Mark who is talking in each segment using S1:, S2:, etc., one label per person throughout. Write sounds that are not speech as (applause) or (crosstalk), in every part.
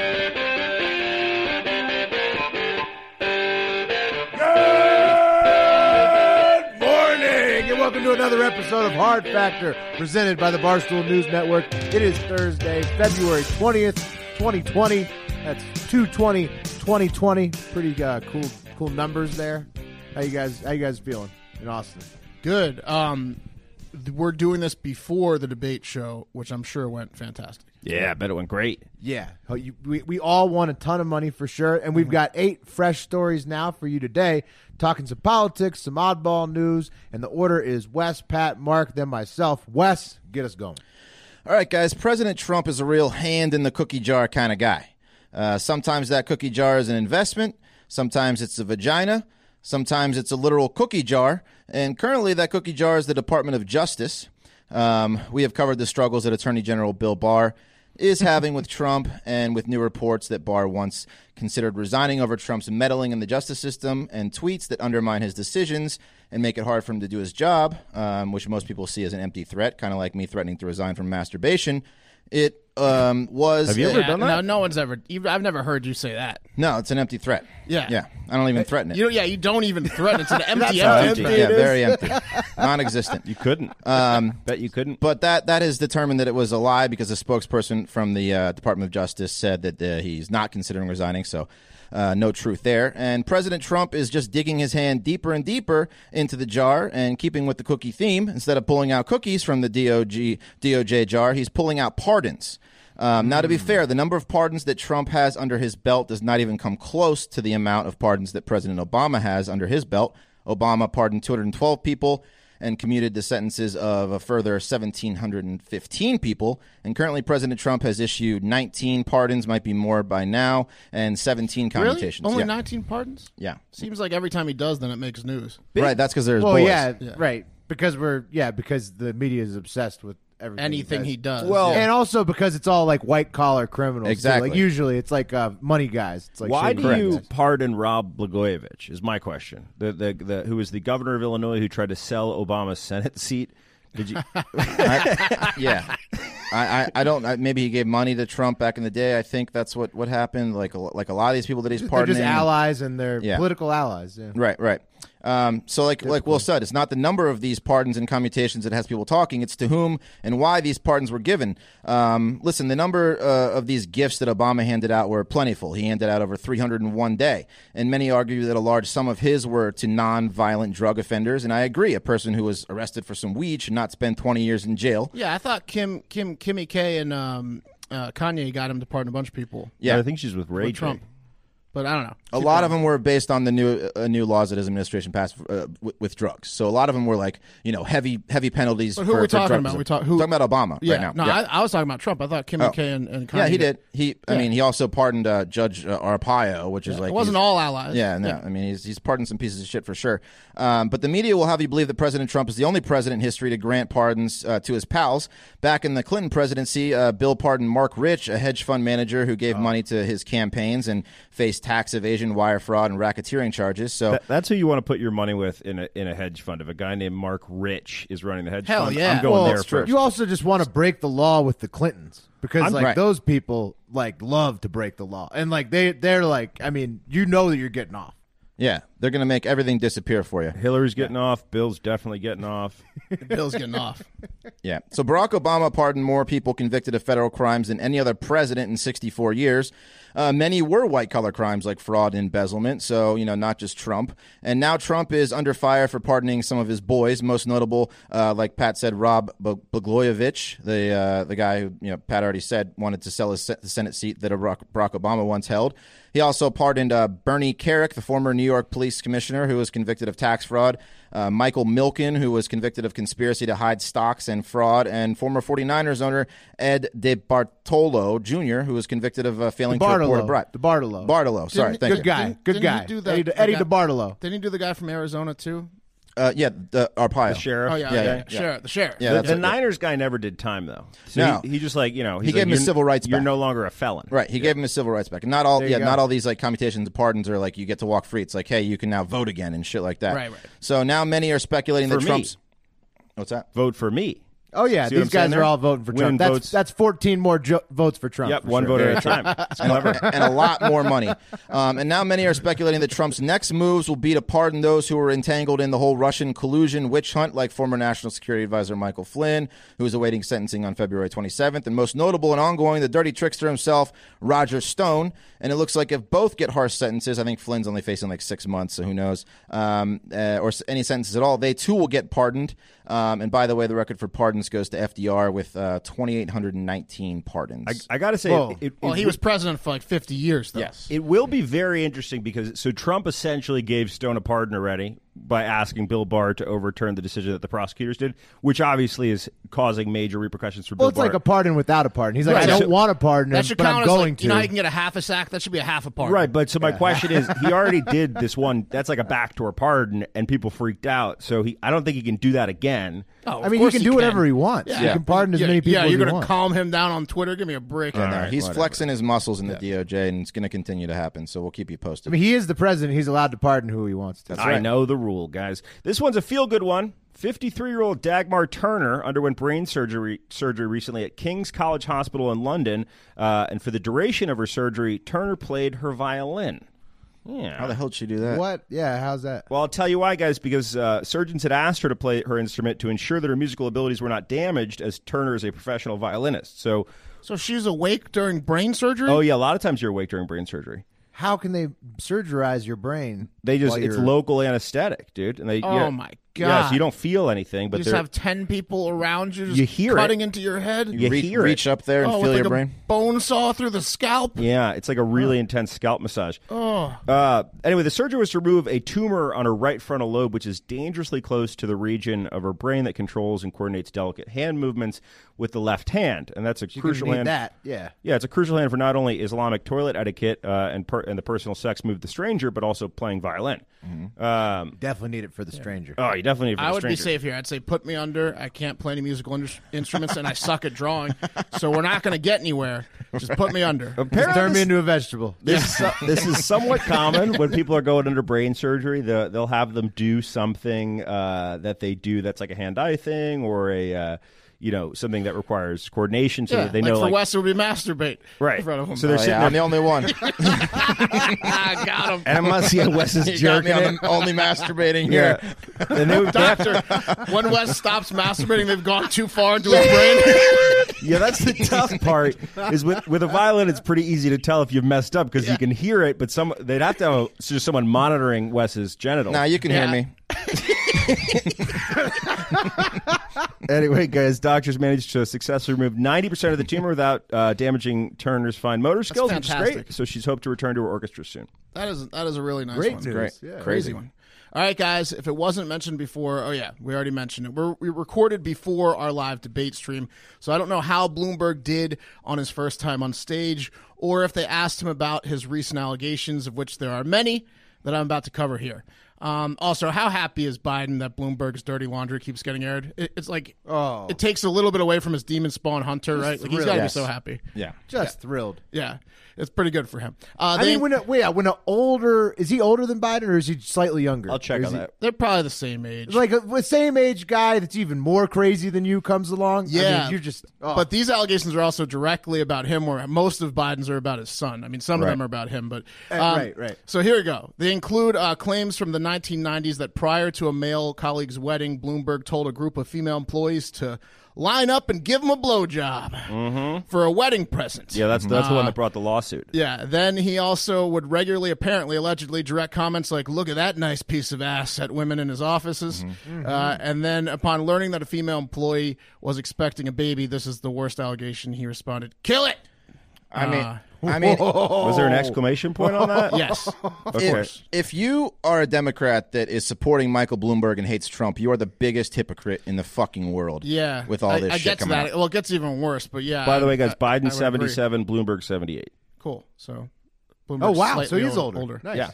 S1: Good morning, and welcome to another episode of Hard Factor, presented by the Barstool News Network. It is Thursday, February 20th, 2020. That's 220, 2020. Pretty uh, cool, cool numbers there. How you guys? How you guys feeling in Austin?
S2: Good. Um, th- we're doing this before the debate show, which I'm sure went fantastic.
S3: Yeah, I bet it went great.
S1: Yeah, Oh, you- we, we all won a ton of money for sure, and we've got eight fresh stories now for you today, talking some politics, some oddball news, and the order is Wes, Pat, Mark, then myself. Wes, get us going.
S3: All right, guys. President Trump is a real hand in the cookie jar kind of guy. Uh, sometimes that cookie jar is an investment. Sometimes it's a vagina. Sometimes it's a literal cookie jar. And currently, that cookie jar is the Department of Justice. Um, we have covered the struggles that Attorney General Bill Barr is having with Trump and with new reports that Barr once considered resigning over Trump's meddling in the justice system and tweets that undermine his decisions and make it hard for him to do his job, um, which most people see as an empty threat, kind of like me threatening to resign from masturbation. It um, was. Have you
S2: Yeah, no, no one's ever. even- I've never heard you say that.
S3: No, it's an empty threat.
S2: Yeah.
S3: Yeah. I don't even threaten it.
S2: You know, yeah, you don't even threaten.
S3: (laughs)
S2: It's an empty,
S1: how empty
S2: empty.
S3: yeah,
S1: it is. (laughs)
S3: very empty, non-existent.
S4: You couldn't. Um, (laughs) Bet you couldn't.
S3: But that that is determined that it was a lie because a spokesperson from the uh, Department of Justice said that uh, he's not considering resigning. So. Uh, no truth there. And President Trump is just digging his hand deeper and deeper into the jar and keeping with the cookie theme. Instead of pulling out cookies from the DOG, DOJ jar, he's pulling out pardons. Um, now, to
S1: Hmm.
S3: be fair, the number of pardons that Trump has under his belt does not even come close to the amount of pardons that President Obama has under his belt. Obama pardoned 212 people and commuted the sentences of a further 1,715 people. And currently, President Trump has issued 19 pardons, might be more by now, and 17
S2: Really?
S3: commutations.
S2: Only
S3: yeah.
S2: 19 pardons?
S3: Yeah.
S2: Seems like every time he does, then it makes news.
S3: Right, that's because there's
S1: Well,
S3: boys.
S1: yeah, right. Because we're yeah, because the media is obsessed with everything.
S2: Anything he does.
S4: Well-
S2: yeah.
S1: and also because it's all like white collar criminals. too.
S3: Exactly.
S1: Like usually it's like uh, money guys. It's like
S4: Why
S1: shady
S4: do you
S1: guys.
S4: pardon Rob Blagojevich? Is my question. The, the the who was the governor of Illinois who tried to sell Obama's Senate seat? Did (laughs) you?
S3: I, (laughs) yeah. I, I, I don't. I, maybe he gave money to Trump back in the day. I think that's what, what happened. Like a, like a lot of these people that he's
S1: They're
S3: pardoning.
S1: just allies and they're
S3: Yeah.
S1: political allies. Yeah.
S3: Right, right. Um, so, like, like Will said, it's not the number of these pardons and commutations that has people talking. It's to whom and why these pardons were given. Um, listen, the number uh, of these gifts that Obama handed out were plentiful. He handed out over 300 in one day, and many argue that a large sum of his were to non-violent drug offenders. And I agree, a person who was arrested for some weed should not spend 20 years in jail.
S2: yeah, I thought Kim, Kim, Kimmy K and um, uh, Kanye got him to pardon a bunch of people.
S3: Yeah.
S4: I think she's with Ray
S2: With Trump.
S4: J.
S2: But I don't know.
S3: A lot of them were based on the new uh, new laws that his administration passed uh, with, with drugs. So a lot of them were like you know heavy heavy penalties.
S2: But who
S3: for,
S2: are we
S3: for
S2: talking
S3: drug
S2: about?
S3: use.
S2: We talk- who-
S3: talking about Obama
S2: Yeah.
S3: right now.
S2: No,
S3: Yeah.
S2: I, I was talking about Trump. I thought Kimmy
S3: Oh.
S2: K and, and Kanye.
S3: Yeah, he did. He, I mean, he also pardoned uh, Judge uh, Arpaio, which is like
S2: It wasn't
S3: he's-
S2: all allies.
S3: Yeah, no, I mean, he's he's pardoned some pieces of shit for sure. Um, but the media will have you believe that President Trump is the only president in history to grant pardons uh, to his pals. Back in the Clinton presidency, uh, Bill pardoned Mark Rich, a hedge fund manager who gave money to his campaigns and faced tax evasion, wire fraud, and racketeering charges. So.
S4: That- that's who you want to put your money with in a in a hedge fund. If a guy named Mark Rich is running the hedge
S2: Hell
S4: fund,
S2: yeah.
S4: I'm going
S1: Well,
S4: there first.
S1: You also just want to break the law with the Clintons because like
S3: right.
S1: those people like love to break the law and like they they're like I mean you know that you're getting off.
S3: Yeah, They're going to make everything disappear for you.
S4: Hillary's getting off. Bill's definitely getting (laughs) off.
S2: Bill's
S3: (laughs)
S2: getting off.
S3: Yeah. So Barack Obama pardoned more people convicted of federal crimes than any other president in 64 years. Uh, many were white collar crimes like fraud and embezzlement. So, you know, not just Trump. And now Trump is under fire for pardoning some of his boys, most notable, uh, like Pat said, Rob Bo- Blagojevich, the, uh, the guy who, you know, Pat already said wanted to sell his se- the Senate seat that Barack, Barack Obama once held. He also pardoned uh, Bernie Carrick, the former New York police commissioner who was convicted of tax fraud, uh, Michael Milken, who was convicted of conspiracy to hide stocks and fraud, and former 49ers owner Ed DeBartolo Jr., who was convicted of uh, failing to report a
S1: DeBartolo.
S3: bribe.
S1: DeBartolo.
S3: Bartolo, sorry, thank
S1: Good
S3: you.
S1: guy.
S2: Didn't-
S1: Good
S2: didn't
S1: guy.
S2: he do that-
S1: Eddie, Eddie
S2: the guy-
S1: DeBartolo.
S2: Didn't he do the guy from Arizona too?
S3: Uh, yeah, the Arpaio.
S4: Sheriff.
S2: Oh yeah,
S3: Yeah,
S2: yeah,
S3: yeah,
S2: yeah, sure, the sheriff.
S3: Yeah,
S4: The,
S3: that's
S4: the
S3: it.
S4: Niners guy never did time though. So
S3: No.
S4: he, he just like you know
S3: He
S4: he's like,
S3: gave him his
S4: "You're-
S3: civil rights
S4: You're
S3: back."
S4: no longer a felon.
S3: Right, he gave him his civil rights back, and not all, yeah,
S1: you go.
S3: not all these like commutations of pardons are like you get to walk free. It's like, hey, you can now vote again and shit like that.
S2: Right, right.
S3: So now many are speculating
S4: For
S3: that
S4: me.
S3: Trump's. What's that?
S4: Vote for me.
S1: Oh yeah,
S4: See what
S1: these
S4: I'm saying
S1: guys
S4: there?
S1: are all voting for
S4: Women
S1: Trump. That's
S4: votes.
S1: that's 14 more jo- votes for Trump.
S4: Yep,
S1: for
S4: one
S1: sure.
S4: vote at (laughs) a time. It's clever.
S3: and a lot more money. Um, and now many are speculating that Trump's next moves will be to pardon those who were entangled in the whole Russian collusion witch hunt, like former National Security Advisor Michael Flynn, who is awaiting sentencing on February 27th, and most notable and ongoing, the dirty trickster himself, Roger Stone. And it looks like if both get harsh sentences, I think Flynn's only facing like six months, so who knows, um, uh, or s- any sentences at all, they too will get pardoned. Um, and by the way, the record for pardons goes to FDR with uh, 2,819 pardons.
S4: I, I gotta say,
S1: Whoa.
S4: it, it-
S2: Well, he
S4: it-
S2: was president for like 50 years, though.
S4: It will be very interesting because so Trump essentially gave Stone a pardon already by asking Bill Barr to overturn the decision that the prosecutors did, which obviously is causing major repercussions for
S1: Well,
S4: Bill
S1: it's
S4: Barr.
S1: like a pardon without a pardon. He's like,
S2: Right.
S1: I don't
S2: So-
S1: want a pardon,
S2: That should
S1: but
S2: count
S1: I'm
S2: as
S1: going
S2: like,
S1: to.
S2: you know how you can get a half a sack? That should be a half a part.
S4: Right, but so my question is,
S1: (laughs)
S4: he already did this one. That's like a backdoor pardon, and people freaked out. So he, I don't think he can do that again.
S2: Oh, of
S1: I mean, you
S2: course
S1: can do whatever he wants.
S2: Yeah.
S1: You can pardon as
S2: yeah,
S1: many people
S2: Yeah,
S1: as
S2: you're
S1: you
S2: gonna
S1: want.
S2: calm him down on Twitter. Give me a break.
S3: Yeah, no, he's flexing his muscles in the DOJ, and it's going to continue to happen. So we'll keep you
S1: I
S3: posted.
S1: mean, he is the president. He's allowed to pardon who he wants to.
S4: I know the rule, guys. This one's a feel good one. 53 year old Dagmar Turner underwent brain surgery, surgery recently at King's College Hospital in London. Uh, and for the duration of her surgery, Turner played her violin.
S3: How the hell did she do that?
S1: What? Yeah, how's that?
S4: Well, I'll tell you why, guys, because uh, surgeons had asked her to play her instrument to ensure that her musical abilities were not damaged, as Turner is a professional violinist. So,
S2: So she's awake during brain surgery.
S4: oh, yeah, a lot of times you're awake during brain surgery.
S1: How can they surgerize your brain?
S4: They just,
S1: while
S4: it's
S1: you're-
S4: local anesthetic, dude. And they,
S2: Oh,
S4: yeah,
S2: my
S4: Yeah, so
S2: God.
S4: you don't feel anything,
S2: you
S4: but
S2: just
S4: they're-
S2: have 10 people around you. Just
S4: You hear it.
S2: cutting into your head.
S4: you
S3: Re-
S4: hear
S3: reach
S4: it.
S3: up there and
S2: oh, with
S3: feel
S2: like
S3: your
S2: a
S3: brain.
S2: bone saw through the scalp.
S4: Yeah, it's like a really intense scalp massage.
S2: Oh.
S4: Uh, anyway, the surgery was to remove a tumor on her right frontal lobe, which is dangerously close to the region of her brain that controls and coordinates delicate hand movements with the left hand, and that's a
S1: You're gonna
S4: crucial
S1: need
S4: hand.
S1: that. Yeah.
S4: Yeah, it's a crucial hand for not only Islamic toilet etiquette uh, and per- and the personal sex move of the stranger, but also playing violin. Um,
S1: Mm-hmm. Definitely need it for the stranger.
S4: oh, you definitely. need it for
S2: I
S4: the
S2: would be
S4: stranger.
S2: safe here. I'd say put me under. I can't play any musical in- instruments, and I suck at drawing. So we're not going to get anywhere. Just put me under.
S1: Just turn
S4: (laughs) Apparently,
S1: me into a vegetable.
S4: This, this is somewhat common when people are going under brain surgery. The, they'll have them do something uh, that they do that's like a hand eye thing or a uh, you know something that requires coordination, so
S2: Yeah,
S4: that they
S2: like
S4: know
S2: for
S4: like
S2: Wes, it would be masturbate
S4: right.
S2: in front of him.
S4: So they're
S3: Oh,
S4: sitting
S3: yeah, I'm the
S4: there.
S3: only
S4: (laughs)
S3: one.
S2: (laughs) I got him.
S4: And I'm not seeing
S2: (laughs)
S4: Wes's
S3: You got me,
S4: jerking
S3: I'm
S4: it.
S3: the (laughs) only masturbating
S4: (laughs) Yeah,
S3: here.
S4: and they would,
S2: Doctor, when Wes stops masturbating, they've gone too far into
S4: (laughs)
S2: his brain.
S4: yeah,
S2: (laughs)
S4: that's the tough part. Is with with a violin, it's pretty easy to tell if you've messed up because you can hear it. But some they'd have to have so just someone monitoring Wes's genitals.
S3: Now you can
S2: Yeah.
S4: (laughs)
S3: hear me.
S4: Anyway, guys, doctors managed to successfully remove 90% of the tumor without uh, damaging Turner's fine motor skills, which is great.
S2: fantastic.
S4: So she's hoped to return to her orchestra soon.
S2: That is that is a really nice one.
S3: Great,
S2: Crazy one. All right, guys. If it wasn't mentioned before, oh yeah, we already mentioned it. We're, we recorded before our live debate stream, so I don't know how Bloomberg did on his first time on stage, or if they asked him about his recent allegations, of which there are many that I'm about to cover here. Um, also, how happy is Biden that Bloomberg's dirty laundry keeps getting aired? It, it's like
S3: Oh.
S2: it takes a little bit away from his demon spawn hunter, right? Like, he's
S1: thrilled.
S2: got to
S3: Yes.
S2: be so happy.
S3: Yeah.
S1: Just thrilled.
S2: Yeah, it's pretty good for him. Uh,
S1: I
S2: they,
S1: mean, when a, wait, when an older is he older than Biden or is he slightly younger?
S4: I'll check
S1: Or is
S4: on
S1: he-
S4: that.
S2: they're probably the same age.
S1: Like a, the same age guy that's even more crazy than you comes along. I mean,
S2: yeah,
S1: you're just. Oh.
S2: But these allegations are also directly about him, where most of Biden's are about his son. I mean, some of them are about him, but um,
S1: Eh, right, right.
S2: So here we go. They include uh, claims from the 1990s that prior to a male colleague's wedding, Bloomberg told a group of female employees to line up and give him a blowjob
S1: Mm-hmm.
S2: for a wedding present.
S4: Yeah, that's that's the
S2: Ah.
S4: one that brought the lawsuit.
S2: Yeah, then he also would regularly, apparently, allegedly direct comments like, look at that nice piece of ass at women in his offices.
S3: Mm-hmm.
S2: Uh, and then, upon learning that a female employee was expecting a baby, this is the worst allegation, he responded, kill it! Uh,
S3: I mean, I mean,
S4: Was there an exclamation point on
S2: (laughs)
S4: that? (laughs)
S2: Yes.
S4: Okay.
S3: if, if you are a Democrat that is supporting Michael Bloomberg and hates Trump, you are the biggest hypocrite in the fucking world.
S2: yeah.
S3: With all
S2: I-
S3: this
S2: I,
S3: shit
S2: get to
S3: coming
S2: that.
S4: (laughs)
S3: out.
S2: Well, it gets even worse, but yeah.
S4: By the
S2: I-
S4: way, guys,
S2: I- I
S4: Biden
S2: would agree.
S4: 77, Bloomberg 78.
S2: Cool. So,
S1: oh
S2: Bloomberg's
S1: wow, so
S2: slightly
S1: he's
S2: ol-
S1: older. Nice.
S4: Yeah.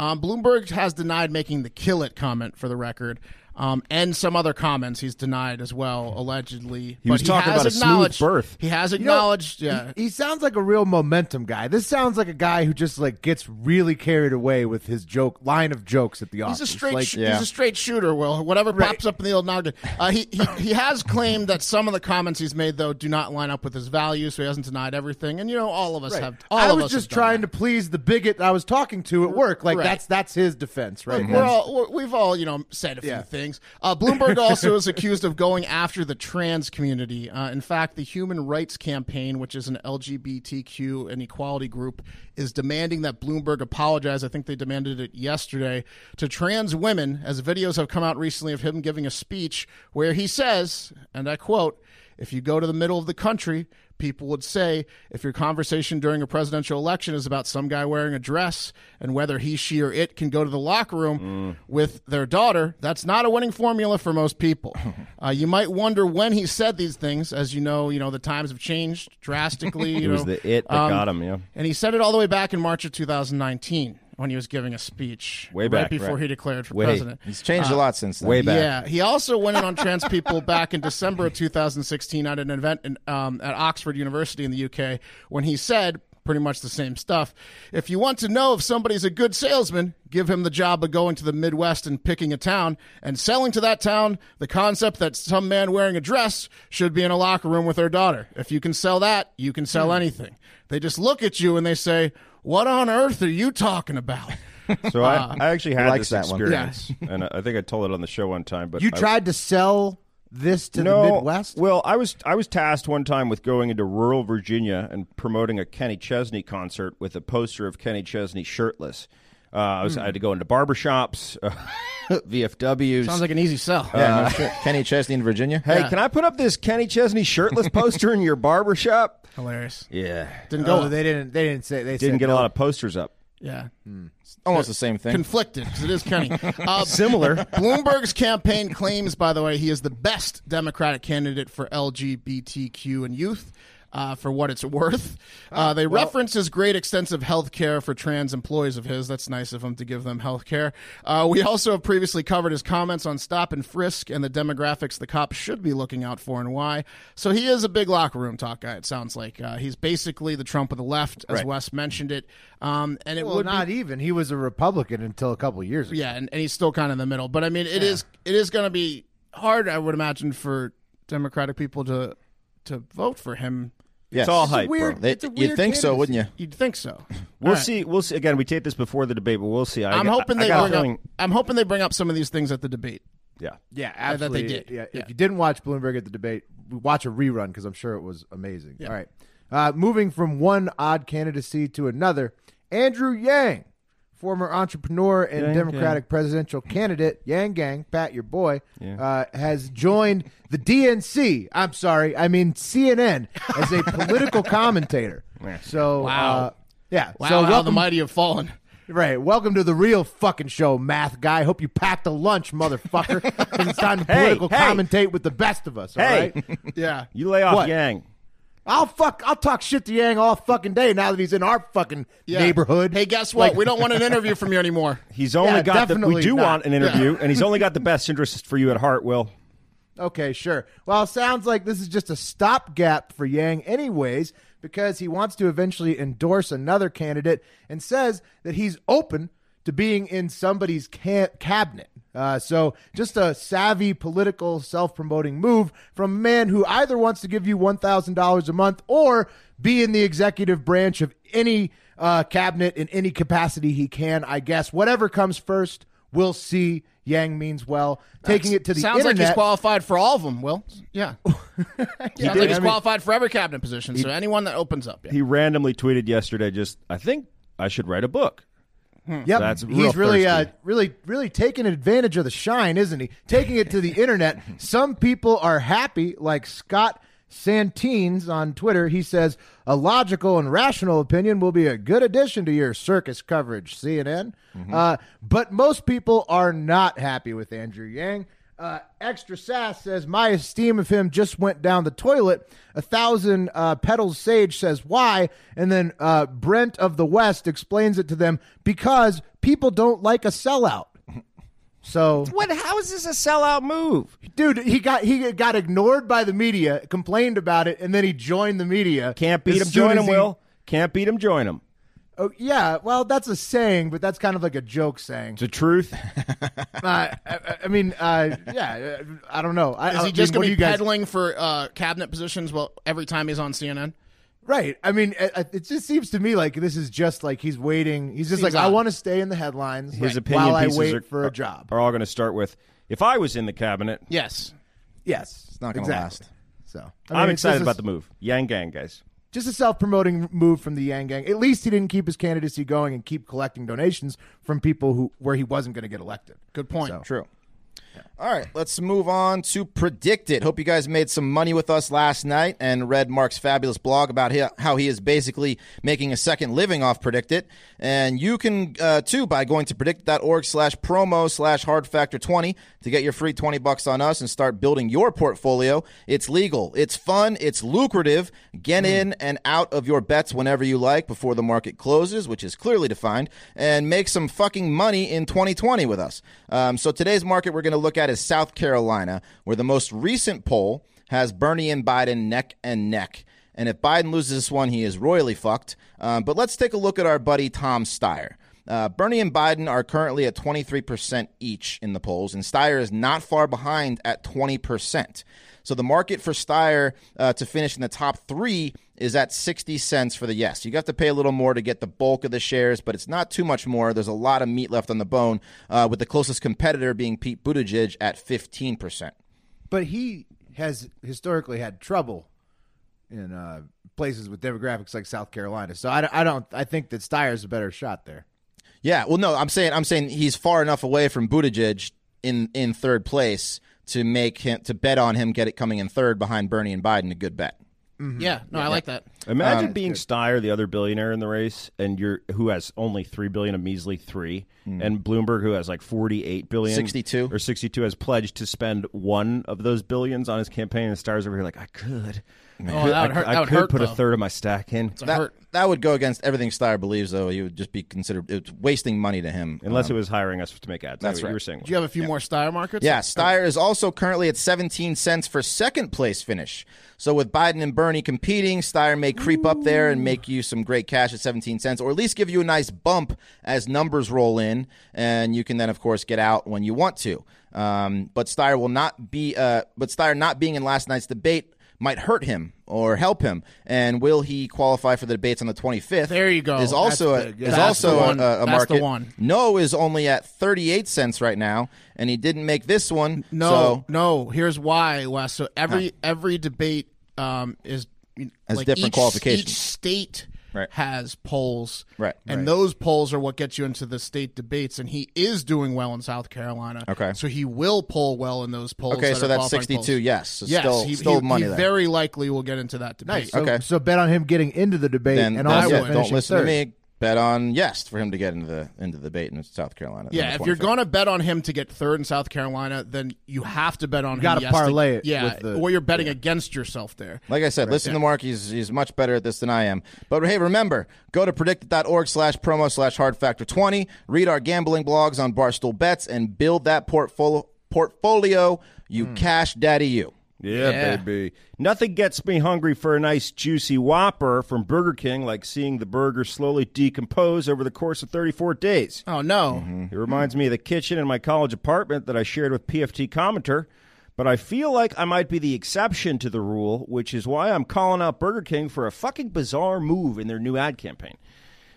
S2: Um, Bloomberg has denied making the kill it comment for the record, um, and some other comments he's denied as well, allegedly.
S4: He was
S2: but
S4: talking
S2: he has
S4: about a smooth
S2: acknowledged-
S4: birth.
S2: He has
S1: You know,
S2: acknowledged, yeah.
S1: He, he sounds like a real momentum guy. This sounds like a guy who just like gets really carried away with his joke line of jokes at the office.
S2: He's a straight.
S1: Like,
S2: sh-
S3: yeah.
S2: He's a straight shooter. Will whatever pops up in the old noggin. Uh, he, he he has claimed that some of the comments he's made though do not line up with his values, so he hasn't denied everything. And you know, all of us have. All
S1: I
S2: of
S1: was
S2: us
S1: just
S2: have done
S1: trying
S2: that.
S1: to please the bigot I was talking to at work. Like
S2: Right.
S1: that's that's his defense, right?
S2: Look, we're all we're, we've all you know said a few
S1: Yeah.
S2: things. Uh,
S1: (laughs)
S2: Bloomberg also is accused of going after the trans community. Uh, in fact, the Human Rights Campaign, which is an LGBTQ and equality group, is demanding that Bloomberg apologize. I think they demanded it yesterday to trans women, as videos have come out recently of him giving a speech where he says, and I quote. If you go to the middle of the country, people would say if your conversation during a presidential election is about some guy wearing a dress and whether he, she, or it can go to the locker
S4: Mm.
S2: room with their daughter, that's not a winning formula for most
S4: (laughs)
S2: people. uh, you might wonder when he said these things. As you know, you know the times have changed drastically.
S4: (laughs)
S2: You
S4: It was
S2: know.
S4: the it that
S2: Um,
S4: got him, yeah.
S2: and he said it all the way back in March of 2019 when he was giving a speech
S4: Way
S2: right
S4: back,
S2: before
S4: right.
S2: he declared for
S4: Way.
S2: president.
S3: He's changed a lot since then.
S4: Uh, Way back.
S2: Yeah, he also went in on trans people back in December of 2016 at an event in, um, at Oxford University in the UK when he said pretty much the same stuff. If you want to know if somebody's a good salesman, give him the job of going to the Midwest and picking a town and selling to that town the concept that some man wearing a dress should be in a locker room with their daughter. If you can sell that, you can sell anything. They just look at you and they say, "What on earth are you talking about?" (laughs)
S4: So I, I actually had
S3: likes
S4: this
S3: that one.
S4: experience, and I I think I told it on the show one time. But
S1: you
S4: I-
S1: tried to sell this to
S4: no,
S1: the Midwest.
S4: Well, I was I was tasked one time with going into rural Virginia and promoting a Kenny Chesney concert with a poster of Kenny Chesney shirtless. Uh, I, was, I had to go into barbershops, uh, (laughs) VFWs.
S2: Sounds like an easy sell.
S3: Yeah, no shit. Kenny Chesney in Virginia.
S4: Uh, hey,
S2: yeah.
S4: can I put up this Kenny Chesney shirtless poster in your barbershop?
S2: Hilarious.
S4: Yeah,
S2: Didn't go.
S1: Oh, they didn't. They didn't say. They
S4: didn't
S1: said
S4: get
S1: no.
S4: a lot of posters up.
S2: yeah.
S3: Almost the same thing.
S2: conflicted because it is
S3: (laughs)
S2: Kenny. Uh, Similar. Bloomberg's campaign claims, by the way, he is the best Democratic candidate for LGBTQ and youth. Uh, for what it's worth,
S1: Ah,
S2: uh, they reference his great extensive health care for trans employees of his. That's nice of him to give them health care. Uh, we also have previously covered his comments on stop and frisk and the demographics the cops should be looking out for and why. So he is a big locker room talk guy, it sounds like. Uh, he's basically the Trump of the left, as Wes mentioned it. Um, and it
S1: Well,
S2: would be
S1: not even. He was a Republican until a couple years ago.
S2: yeah, and, and he's still kind of in the middle. But I mean, it is it is going to be hard, I would imagine, for Democratic people to to vote for him.
S3: Yes.
S4: It's all hype, bro.
S1: weird-
S3: They-
S1: it's a
S3: you'd
S1: weird
S3: think so,
S1: candidacy.
S3: wouldn't you?
S2: You'd think so.
S4: We'll
S2: All right.
S4: see. We'll see. Again, we taped this before the debate, but we'll see. I,
S2: I'm
S4: got-
S2: hoping
S4: I
S2: they
S4: got a
S2: bring
S4: feeling-
S2: up. I'm hoping they bring up some of these things at the debate.
S4: Yeah.
S1: Yeah,
S2: I thought they
S1: absolutely.
S2: did.
S1: Yeah,
S2: Yeah.
S1: If you didn't watch Bloomberg at the debate, watch a rerun because I'm sure it was amazing. All right. Uh, moving from one odd candidacy to another, Andrew Yang, former entrepreneur and Democratic presidential candidate, Yang Gang, Pat, your boy, uh, has joined the DNC. I'm sorry, I mean CNN as
S2: (laughs)
S1: a political commentator. So,
S2: Wow.
S1: uh, yeah.
S2: Wow,
S1: so
S2: how the
S1: welcome
S2: mighty have fallen.
S1: Right. Welcome to the real fucking show, math guy. Hope you packed a lunch,
S2: (laughs)
S1: motherfucker. 'Cause it's time to
S4: Hey,
S1: political
S4: hey.
S1: commentate with the best of us, all
S4: Hey.
S1: right?
S2: Yeah,
S4: You lay off
S1: What?
S4: Yang.
S1: I'll fuck. I'll talk shit to Yang all fucking day now that he's in our fucking
S2: Yeah.
S1: neighborhood.
S2: Hey, guess what?
S1: Like-
S2: we don't want an interview from you anymore.
S4: He's only
S1: Yeah,
S4: got the. We
S1: definitely
S4: do
S1: not.
S4: want an interview, and he's only got the best interests for you at heart. Will
S1: Okay, sure. Well, it sounds like this is just a stopgap for Yang, anyways, because he wants to eventually endorse another candidate and says that he's open to being in somebody's ca- cabinet. Uh, so, just a savvy political self promoting move from a man who either wants to give you $1,000 a month or be in the executive branch of any uh, cabinet in any capacity he can, I guess. Whatever comes first, we'll see. Yang means well. Taking it to the
S2: Sounds like he's
S1: internet.
S2: qualified for all of them. Will, yeah, sounds like he's qualified for every cabinet position. so anyone that opens up, yeah.
S4: he randomly tweeted yesterday? Just I think I should write a book.
S1: Yep.
S4: That's real
S1: he's really, uh,
S4: thirsty.
S1: really, really taking advantage of the shine, isn't he? Taking it to the
S4: (laughs)
S1: internet. Some people are happy, like Scott Santines on Twitter. He says a logical and rational opinion will be a good addition to your circus coverage, CNN.
S4: Mm-hmm.
S1: Uh, but most people are not happy with Andrew Yang. Uh, Extra Sass says, My esteem of him just went down the toilet. A thousand uh, petals sage says, Why? And then uh, Brent of the West explains it to them because people don't like a sellout. So,
S4: What? How is this a sellout move?
S1: dude, he got he got ignored by the media, complained about it, and then he joined the media.
S4: Can't beat
S1: As
S4: him.
S1: soon
S4: Join
S1: as
S4: him,
S1: he-
S4: Will. Can't beat him. Join him.
S1: Oh, yeah, well, that's a saying, but that's kind of like a joke saying.
S4: It's
S1: (laughs)
S4: the truth.
S1: Uh, I, I mean, uh, yeah, I don't know. I,
S2: is
S1: I
S2: he just
S1: mean, what do
S2: going to
S1: you
S2: be
S1: guys-
S2: peddling for uh, cabinet positions? Well, every time he's on CNN,
S1: Right. I mean, I- I- it just seems to me like this is just like he's waiting. He's just
S2: Seems
S1: like, I
S2: odd.
S1: want to stay in the headlines
S4: His
S1: like,
S4: opinion
S1: while I
S4: pieces
S1: wait
S4: are,
S1: for
S4: are-
S1: a job.
S4: are all going to start with. If I was in the cabinet,
S2: yes,
S1: yes. It's
S3: not gonna
S1: exactly.
S3: last.
S1: So
S4: I am excited about the move. Yang gang, guys.
S1: Just a self-promoting move from the Yang Gang. At least he didn't keep his candidacy going and keep collecting donations from people who where he wasn't going to get elected.
S2: good point.
S1: So-
S3: True. All right, let's move on to predict it. Hope you guys made some money with us last night and read Mark's fabulous blog about hi- how he is basically making a second living off predict it. And you can uh, too by going to predict.org/promo/hardfactor20 slash hard factor 20 to get your free 20 bucks on us and start building your portfolio. It's legal, it's fun, it's lucrative. Get in and out of your bets whenever you like before the market closes, which is clearly defined, and make some fucking money in 2020 with us. Um, so today's market we're going to look at is South Carolina, where the most recent poll has Bernie and Biden neck and neck. And if Biden loses this one, he is royally fucked. Um, but let's take a look at our buddy Tom Steyer. Uh, Bernie and Biden are currently at 23% each in the polls, and Steyer is not far behind at 20%. So the market for Steyer uh, to finish in the top three is at 60 cents for the yes. You have to pay a little more to get the bulk of the shares, but it's not too much more. There's a lot of meat left on the bone, uh, with the closest competitor being Pete Buttigieg at 15%.
S1: But he has historically had trouble in uh, places with demographics like South Carolina. So I, don't- I don't I think that Steyer's a better shot there.
S3: Yeah, well, no, I'm saying I'm saying he's far enough away from Buttigieg in in third place to make him to bet on him get it coming in third behind Bernie and Biden. A good bet.
S2: Mm-hmm. Yeah, no, I like that.
S1: Uh,
S4: Imagine being Steyer, the other billionaire in the race, and you're who has only three billion, a measly three,
S1: Hmm.
S4: and Bloomberg, who has like forty-eight billion,
S3: 62.
S4: or sixty-two, has pledged to spend one of those billions on his campaign. And Steyer's over here like, I could, I
S2: Oh,
S4: could,
S2: that would hurt.
S4: I,
S2: that would
S4: could
S2: hurt,
S4: put
S2: though.
S4: a third of my stack in,
S2: It's a
S3: That,
S2: hurt.
S3: that would go against everything Steyer believes, though. He would just be considered it's wasting money to him.
S4: unless it was hiring us to make ads.
S3: That's
S4: You
S3: right.
S4: were saying
S2: Do you have a few more Steyer markets?
S3: Yeah, Steyer is also currently at 17 cents for second place finish. So with Biden and Bernie competing, Steyer may creep up there and make you some great cash at 17 cents, or at least give you a nice bump as numbers roll in, and you can then of course get out when you want to. Um, but Steyer will not be, uh, but Steyer not being in last night's debate might hurt him or help him. And will he qualify for the debates on the 25th?
S2: There you go.
S3: Is also
S2: That's
S3: a,
S2: big. Yeah.
S3: is
S2: That's the
S3: also a,
S2: one.
S3: a, a
S2: That's
S3: market.
S2: the one.
S3: No is only at 38 cents right now, and he didn't make this one.
S2: No,
S3: so
S2: no. Here's why, Wes. So every every debate um, is
S3: Has
S2: like
S3: different
S2: each,
S3: qualifications.
S2: Each state
S3: Right.
S2: has polls,
S3: Right.
S2: And
S3: Right.
S2: those polls are what gets you into the state debates. And he is doing well in South Carolina.
S3: Okay.
S2: so he will poll well in those polls.
S3: Okay,
S2: that
S3: so
S2: are
S3: that's
S2: qualifying
S3: 62,
S2: polls.
S3: yes. So
S2: yes,
S3: still-
S2: he,
S3: still
S2: he-
S3: money
S2: he
S3: there.
S2: very likely will get into that debate.
S1: So,
S3: Okay.
S1: so bet on him getting into the debate
S3: then
S1: and
S3: that's
S1: also
S3: it. don't
S1: finishing
S3: listen
S1: third.
S3: to me. bet on yes for him to get into the into the debate in South Carolina.
S2: Yeah, if you're going to bet on him to get third in South Carolina, then you have to bet on him.
S1: gotta
S2: yes to-
S1: parlay it
S2: Yeah,
S1: with the-
S2: or you're betting against yourself there.
S3: Like I said, listen to Mark. He's, he's much better at this than I am. But hey, remember, go to predict.org slash promo slash hard factor 20, read our gambling blogs on Barstool Bets, and build that portfolio, portfolio
S2: Hmm.
S3: you cash daddy you.
S4: Yeah, baby. Nothing gets me hungry for a nice juicy Whopper from Burger King like seeing the burger slowly decompose over the course of 34 days.
S2: Oh no,
S4: It reminds me of the kitchen in my college apartment that I shared with PFT Commenter. But I feel like I might be the exception to the rule, which is why I'm calling out Burger King for a fucking bizarre move in their new ad campaign.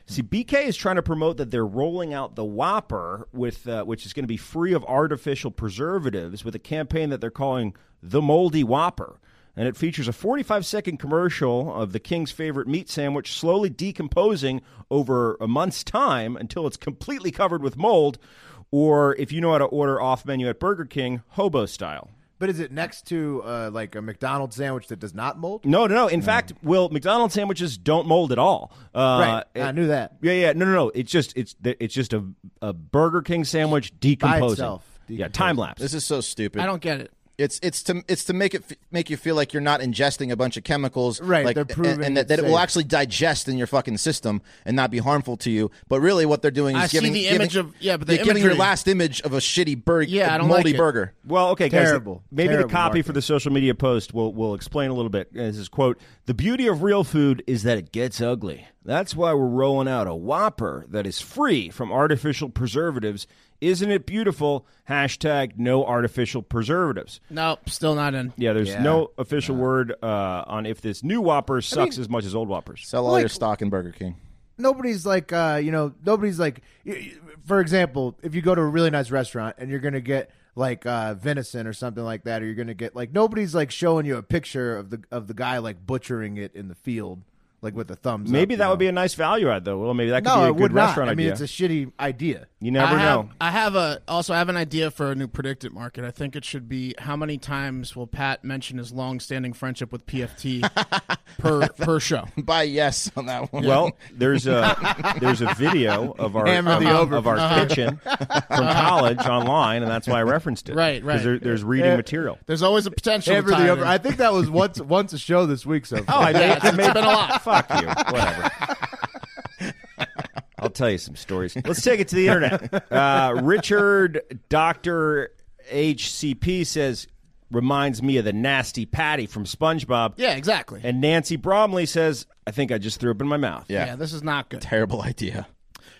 S4: See, BK is trying to promote that they're rolling out the Whopper with, uh, which is going to be free of artificial preservatives, with a campaign that they're calling the Moldy Whopper, and it features a 45-second commercial of the King's favorite meat sandwich slowly decomposing over a month's time until it's completely covered with mold, or if you know how to order off menu at Burger King, hobo style.
S1: But is it next to uh, like a McDonald's sandwich that does not mold?
S4: No, no, no. In fact, Will McDonald's sandwiches don't mold at all. Uh,
S1: Right. I knew that.
S4: Yeah, yeah. No, no, no. It's just it's it's just a, a Burger King sandwich decomposing.
S1: itself,
S4: Yeah,
S1: decomposing.
S4: time lapse.
S3: This is so stupid.
S2: I don't get it.
S3: It's it's to it's to make it f- make you feel like you're not ingesting a bunch of chemicals,
S1: Right,
S3: Like,
S1: they're
S3: and-
S1: proving
S3: and that, that it
S1: it's
S3: will
S1: safe.
S3: actually digest in your fucking system and not be harmful to you. But really, what they're doing is
S2: I see
S3: giving
S2: the
S3: giving-
S2: image of- yeah, but the
S3: you're giving your
S2: imagery-
S3: last image of a shitty burger,
S2: Yeah, I don't
S3: moldy
S2: like it.
S3: burger.
S4: Well, okay, guys.
S1: Terrible.
S4: Maybe
S1: Terrible
S4: the copy for
S1: marketing.
S4: the social media post will will explain a little bit. Uh, This is quote: "The beauty of real food is that it gets ugly. That's why we're rolling out a Whopper that is free from artificial preservatives. Isn't it beautiful? Hashtag no artificial preservatives.
S2: Nope, still not in.
S4: Yeah, there's no official word uh, on if this new Whopper sucks as much as old Whoppers.
S3: Sell all your stock in Burger King. (laughs)
S1: nobody's like uh, you know nobody's like y- y- for example if you go to a really nice restaurant and you're gonna get like uh, venison or something like that or you're gonna get like nobody's like showing you a picture of the of the guy like butchering it in the field like with a thumbs
S4: Maybe that would be a nice value add, though. Well, maybe that could
S1: no
S4: be a
S1: it
S4: good
S1: would not
S4: restaurant
S1: I mean
S4: idea.
S1: it's a shitty idea
S4: you never
S2: I have,
S4: know.
S1: (laughs)
S2: I have a also I have an idea for a new predicted market. I think it should be how many times will Pat mention his long-standing friendship with PFT per per show?
S3: Buy yes on that one.
S4: Well, there's
S1: (laughs)
S4: a there's a video of our
S1: Hammer
S4: of,
S1: the over.
S4: of our kitchen from
S1: (laughs)
S4: college online, and that's why I referenced it.
S2: Right,
S4: 'Cause
S2: right.
S4: There, there's
S1: Eh,
S4: reading material.
S2: There's always a potential.
S1: Hammer
S2: to tie
S1: the
S2: it
S1: over.
S2: in.
S1: I think that was once (laughs) once a show this week so
S4: Oh,
S1: far.
S4: I made,
S2: Yeah, it's-
S4: I
S2: it's
S4: made
S2: been a lot.
S4: Fuck you. Whatever. (laughs) I'll tell you some stories. Let's take it to the internet. Uh, Richard Doctor HCP says reminds me of the nasty Patty from SpongeBob.
S2: yeah, exactly.
S4: And Nancy Bromley says, "I think I just threw up in my mouth."
S3: yeah.
S2: yeah, this is not good.
S3: terrible idea.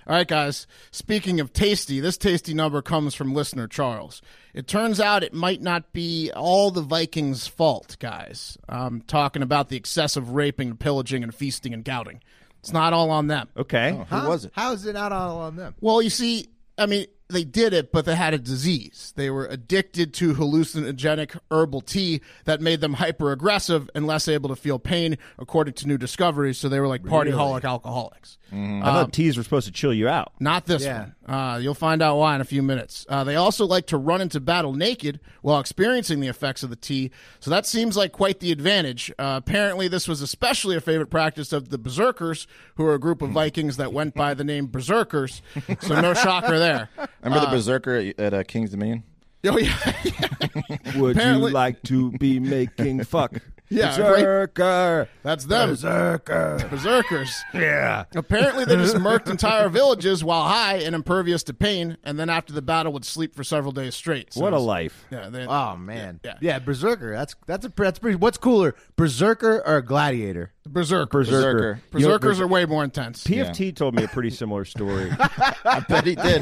S2: All right, guys. Speaking of tasty, this tasty number comes from listener Charles. It turns out it might not be all the Vikings' fault, guys. I'm talking about the excessive raping, pillaging, and feasting and gouting. It's not all on them.
S4: Okay.
S2: Oh,
S3: Who was it?
S1: how is it not all on them
S2: Well, you see, I mean, they did it, but they had a disease. They were addicted to hallucinogenic herbal tea that made them hyper aggressive and less able to feel pain, according to new discoveries. So they were like party holic alcoholics.
S4: I
S2: Um,
S4: thought teas were supposed to chill you out.
S2: Not this
S1: Yeah.
S2: one. Uh, you'll find out why in a few minutes. Uh, they also like to run into battle naked while experiencing the effects of the tea, so that seems like quite the advantage. Uh, apparently, this was especially a favorite practice of the Berserkers, who are a group
S4: Hmm.
S2: of Vikings that went by the name
S4: (laughs)
S2: Berserkers, so no shocker there.
S3: Remember the berserker at, at uh, King's Dominion?
S2: Oh, yeah. (laughs)
S4: Would
S2: Apparently-
S4: you like to be making fuck?
S2: (laughs) Yeah,
S4: Berserker.
S2: That's them. Berserker. Berserkers. (laughs) yeah. Apparently, they just murked entire villages while high and impervious to pain, and then after the battle would sleep for several days straight. So
S4: What a
S2: it's-
S4: life.
S2: Yeah, they,
S1: oh man
S2: Yeah.
S1: yeah Berserker that's that's a that's pretty what's cooler Berserker or Gladiator
S2: berserkers.
S3: Berserker.
S2: Berserkers are way more intense.
S4: PFT told me a pretty
S2: (laughs)
S4: similar story.
S3: I bet he did.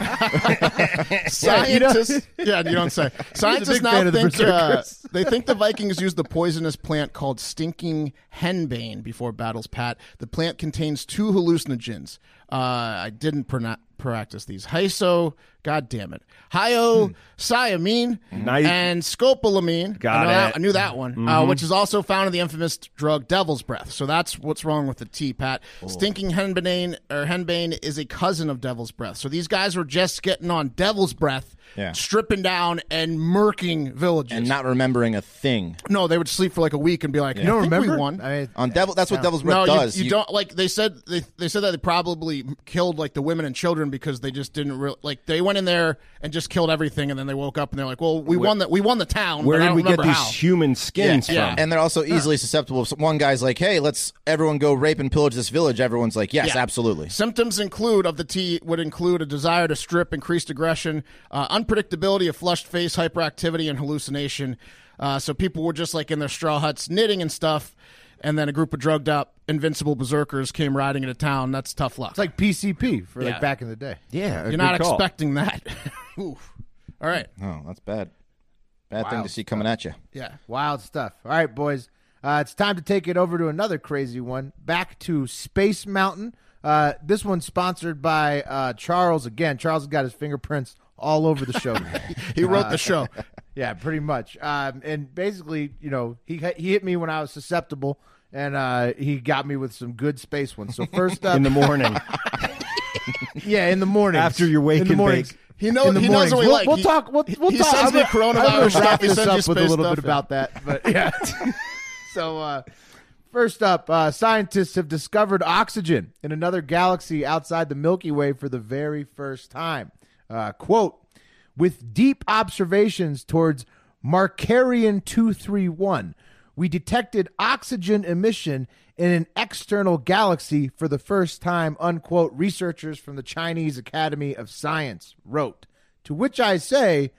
S1: (laughs)
S2: Scientists, yeah, you don't say. Scientists
S1: big fan
S2: now
S1: of the
S2: think uh,
S1: (laughs) Berserkers.
S2: they think the Vikings used the poisonous plant called stinking henbane before battles. Pat, the plant contains two hallucinogens. Uh, I didn't prona- practice these. Hyso, god damn it, hyosiamine
S1: Hmm.
S4: Nice.
S2: and scopolamine.
S4: Got
S2: I know that-
S4: it.
S2: I knew that one, uh, which is also found in the infamous drug Devil's Breath. So that's what's wrong with the tea, Pat. Stinking henbane or henbane is a cousin of Devil's Breath. So these guys were just getting on Devil's Breath
S3: Yeah.
S2: stripping down and murking villages.
S3: and not remembering a thing
S2: no, they would sleep for like a week and be like, "I
S1: You don't
S2: think we
S1: remember?
S2: won."
S1: I mean,
S3: on devil. That's what Devil's Breath
S2: no, you-
S3: does.
S2: You, don't like. They said they, they said that they probably killed like the women and children because they just didn't really like. They went in there and just killed everything, and then they woke up and they're like, "Well, we won the we won the town."
S4: Where
S2: but I
S4: did
S2: don't
S4: we get
S2: remember
S4: these
S2: how.
S4: human skins
S2: Yeah.
S4: from?
S3: And they're also easily susceptible. So one guy's like, "Hey, let's everyone go rape and pillage this village." Everyone's like, "Yes,
S2: Yeah.
S3: absolutely."
S2: Symptoms include of the T would include a desire to strip, increased aggression, uh, unpredictability of flushed face, hyperactivity, and hallucination. Uh, so people were just like in their straw huts knitting and stuff, and then a group of drugged up, invincible berserkers came riding into town. That's tough luck.
S1: it's like PCP for
S2: Yeah.
S1: like back in the day.
S4: yeah,
S2: You're not expecting that. (laughs) Oof. All right.
S3: Oh, that's bad. Bad thing to
S1: Wild
S3: see coming at you.
S2: Yeah.
S1: Wild stuff. All right, boys. Uh, it's time to take it over to another crazy one. Back to Space Mountain. Uh, this one's sponsored by uh, Charles again. Charles has got his fingerprints all over the show.
S4: (laughs)
S1: (laughs) today.
S2: He wrote the show.
S1: yeah, pretty much. Um, and basically, you know, he he hit me when I was susceptible, and uh, he got me with some good space ones. So first up,
S4: in the morning.
S2: (laughs)
S1: yeah, in the morning
S4: After you're wake
S1: in the
S4: and
S1: morning.
S4: bake.
S2: He know-
S1: in the
S2: he knows
S1: mornings.
S2: what we
S1: we'll,
S2: like.
S1: We'll
S2: He-
S1: talk. We'll, we'll
S2: he
S1: talk.
S2: sends
S1: I'm
S2: me
S1: gonna- I'm gonna
S2: coronavirus stuff.
S1: wrap
S2: He
S1: this
S2: sends you
S1: up with a
S2: space
S1: little
S2: stuff.
S1: bit about that, but (laughs) yeah. so uh, first up, uh, scientists have discovered oxygen in another galaxy outside the Milky Way for the very first time. Uh, quote: With deep observations towards Markarian two three one. We detected oxygen emission in an external galaxy for the first time, unquote, researchers from the Chinese Academy of Science wrote. To which I say,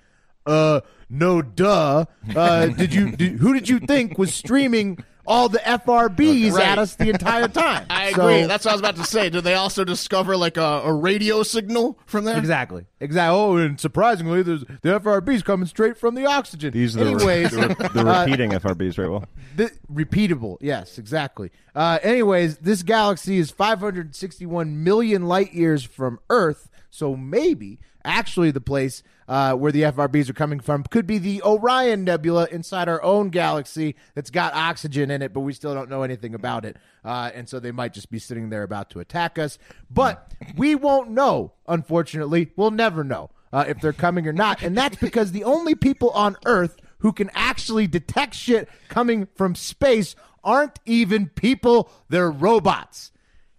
S1: uh, no, duh. Uh, did you? Did, who did you think was streaming all the FRBs at us the entire time?
S2: (laughs) I
S1: So-
S2: agree. That's what I was about to say. Did they also discover like a, a radio signal from there?
S1: Exactly. Exactly. Oh, and surprisingly, there's, the FRBs coming straight from the oxygen.
S4: These are the,
S1: Anyways,
S4: the, the
S1: uh,
S4: repeating FRBs very well.
S1: Th repeatable. Yes, exactly. Uh, anyways, this galaxy is 561 million light years from Earth, so maybe actually the place uh, where the FRBs are coming from could be the Orion Nebula inside our own galaxy that's got oxygen in it, but we still don't know anything about it. Uh, and so they might just be sitting there about to attack us. But we won't know, unfortunately. We'll never know uh, if they're coming or not. And that's because the only people on Earth who can actually detect shit coming from space aren't even people, they're robots.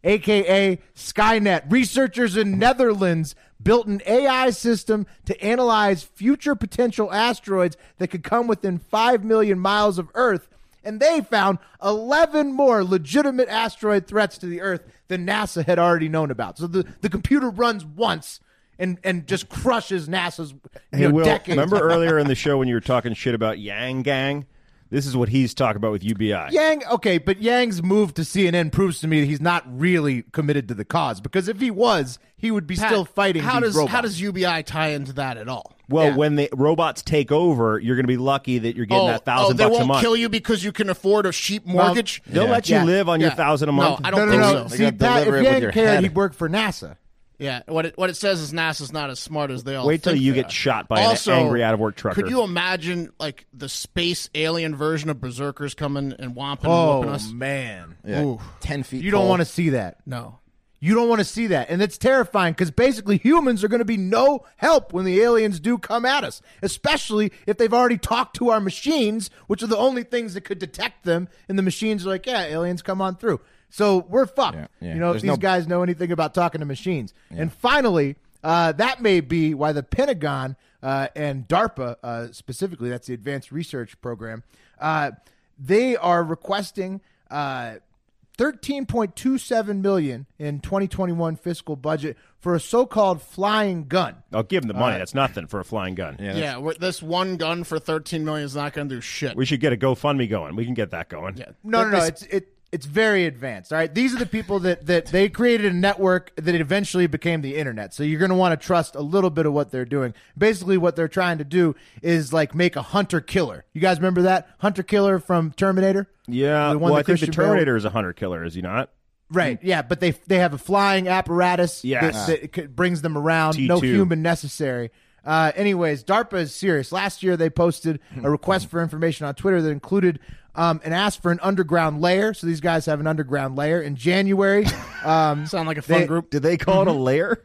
S1: AKA Skynet. Researchers in Netherlands built an AI system to analyze future potential asteroids that could come within 5 million miles of Earth, and they found 11 more legitimate asteroid threats to the Earth than NASA had already known about. So the, the computer runs once and, and just crushes NASA's you
S4: Hey,
S1: know,
S4: Will,
S1: decades. (laughs)
S4: remember earlier in the show when you were talking shit about Yang Gang? This is what he's talking about with UBI.
S1: Yang, okay, but Yang's move to CNN proves to me that he's not really committed to the cause because if he was, he would be
S2: Pat,
S1: still fighting
S2: How
S1: these
S2: does
S1: robots.
S2: how does UBI tie into that at all?
S4: Well, when the robots take over, you're going to be lucky that you're getting that thousand
S2: Oh, they
S4: bucks
S2: won't
S4: a month.
S2: kill you because you can afford a cheap mortgage.
S4: They'll
S3: Yeah.
S4: let you
S1: Yeah.
S4: live on your
S2: Yeah.
S4: thousand a
S2: No,
S4: month.
S2: I
S1: no,
S2: don't
S1: no,
S2: think
S1: no.
S2: so.
S3: They
S1: See,
S3: gotta
S1: Pat,
S3: deliver
S1: if
S3: it with
S1: Yang
S3: your
S1: cared,
S3: head.
S1: he'd work for NASA.
S2: Yeah, what it, what it says is NASA's not as smart as they all.
S4: Wait till
S2: think
S4: you
S2: they
S4: get
S2: are.
S4: shot by an
S2: also,
S4: angry out-of-work trucker.
S2: Could you imagine like the space alien version of berserkers coming and whomping
S1: Oh,
S2: and whooping us?
S1: man,
S3: Yeah.
S2: Ooh.
S3: Ten Oh, feet.
S1: you don't
S3: tall.
S1: want to see that.
S2: No,
S1: You don't want to see that. And it's terrifying because basically humans are going to be no help when the aliens do come at us, especially if they've already talked to our machines, which are the only things that could detect them. And the machines are like, yeah, aliens come on through. So we're fucked.
S3: Yeah, yeah.
S1: You know,
S3: There's
S1: these
S3: no-
S1: guys know anything about talking to machines. And finally, uh, that may be why the Pentagon uh, and DARPA, uh, specifically, that's the Advanced Research Program, uh, they are requesting. Uh, 13.27 million in 2021 fiscal budget for a so-called flying gun.
S4: I'll Oh, give them the money. That's nothing for a flying gun.
S2: yeah, we're- this one gun for thirteen million is not going to do shit.
S4: We should get a GoFundMe going. We can get that going.
S2: Yeah.
S1: No, no, no, it's it it's very advanced. All right, these are the people that that they created a network that eventually became the internet. So you're going to want to trust a little bit of what they're doing. Basically what they're trying to do is like make a hunter killer. You guys remember that hunter killer from Terminator?
S4: Yeah,
S1: The one
S4: well,
S1: that
S4: I think the
S1: Christian Bale-
S4: Terminator is a hunter killer, is he not?
S1: Right. Yeah, but they they have a flying apparatus
S4: Yes.
S1: that, that c- brings them around. No
S4: T2.
S1: human necessary. Uh, anyways, DARPA is serious. Last year, they posted a request for information on Twitter that included um, and asked for an underground layer. So these guys have an underground layer. In January, um,
S2: sound like a fun
S1: They-
S2: group.
S4: Did they call it a lair?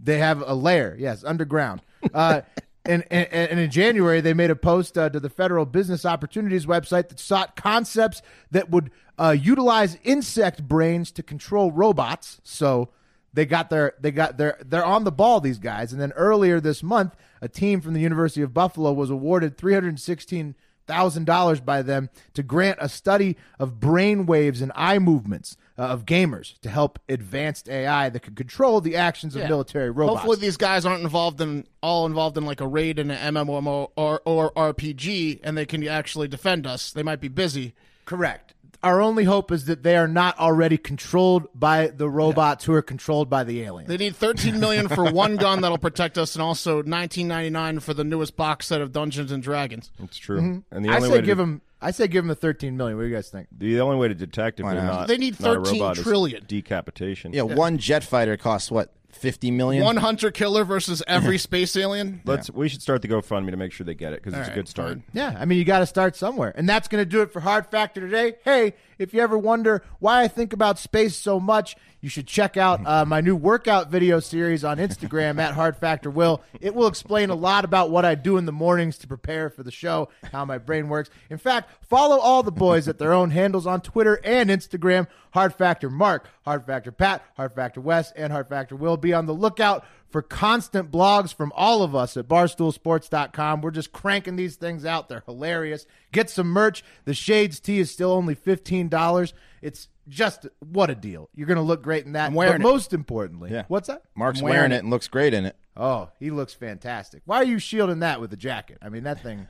S1: they have a layer. Yes, underground. Uh, (laughs) and, and, and in January, they made a post uh, to the Federal Business Opportunities website that sought concepts that would uh, utilize insect brains to control robots. So they got their they got their they're on the ball these guys. And then earlier this month, a team from the University of Buffalo was awarded three hundred sixteen thousand dollars by them to grant a study of brain waves and eye movements uh, of gamers to help advanced AI that could control the actions of military robots.
S2: Hopefully, these guys aren't involved in all involved in like a raid in an MMO or, or RPG, and they can actually defend us. They might be busy.
S1: Correct. Our only hope is that they are not already controlled by the robots who are controlled by the aliens.
S2: They need 13 million for one gun that'll protect us, and also 19.99 for the newest box set of Dungeons and Dragons.
S4: It's true. And the
S1: I
S4: only
S1: say
S4: way
S1: give
S4: to,
S1: them. I say give them the 13 million. What do you guys think?
S4: the only way to detect if
S3: Why
S4: they're
S3: not?
S4: not
S2: They need
S4: not a
S2: 13
S4: robot is
S2: trillion.
S4: decapitation.
S3: Yeah, one jet fighter costs what fifty million.
S2: One hunter killer versus every space alien.
S4: Let's. We should start the GoFundMe to make sure they get it because it's a good start.
S1: Yeah, I mean, you got to start somewhere. And that's going to do it for Hard Factor today. Hey, if you ever wonder why I think about space so much, you should check out uh, my new workout video series on Instagram at Hard Factor Will. It will explain a lot about what I do in the mornings to prepare for the show, how my brain works. In fact, follow all the boys at their own handles on Twitter and Instagram Hard Factor Mark, Hard Factor Pat, Hard Factor West, and Hard Factor Will. Be on the lookout for constant blogs from all of us at barstoolsports.com. We're just cranking these things out. They're hilarious. Get some merch. The Shades tee is still only $15. It's just what a deal. You're going to look great in that. but
S2: wearing it.
S1: most importantly,
S3: Yeah.
S1: what's that?
S3: Mark's
S2: wearing
S3: wearing,
S2: it.
S3: it and looks great in it.
S1: Oh, he looks fantastic. Why are you shielding that with a jacket? I mean, that
S3: (laughs)
S1: thing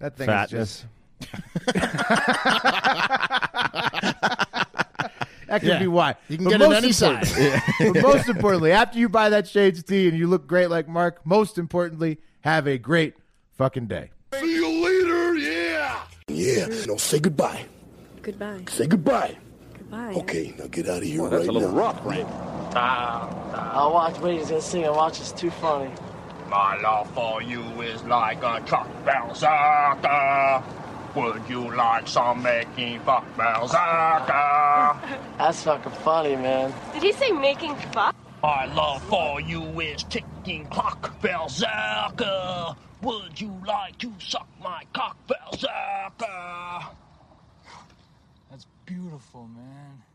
S1: that thing is
S4: Fatness.
S1: just that could be why.
S2: You can
S1: But
S2: get it
S1: most
S2: any
S1: important-
S2: size.
S1: (laughs) but most importantly, after you buy that Shades tee and you look great like Mark, most importantly, have a great fucking day.
S5: See you later, yeah!
S6: Yeah, no, say goodbye.
S7: Goodbye.
S6: Say goodbye.
S7: Goodbye.
S6: Okay, now get out of here right now.
S5: rough, Randy.
S8: I'll watch what he's gonna sing. I watch it's too funny.
S5: My love for you is like a truck berserker. Would you like some making fuck berserker?
S8: That's fucking funny, man.
S7: Did he say making fuck?
S5: My love for you is ticking clock berserker. Would you like to suck my cock berserker?
S8: That's beautiful, man.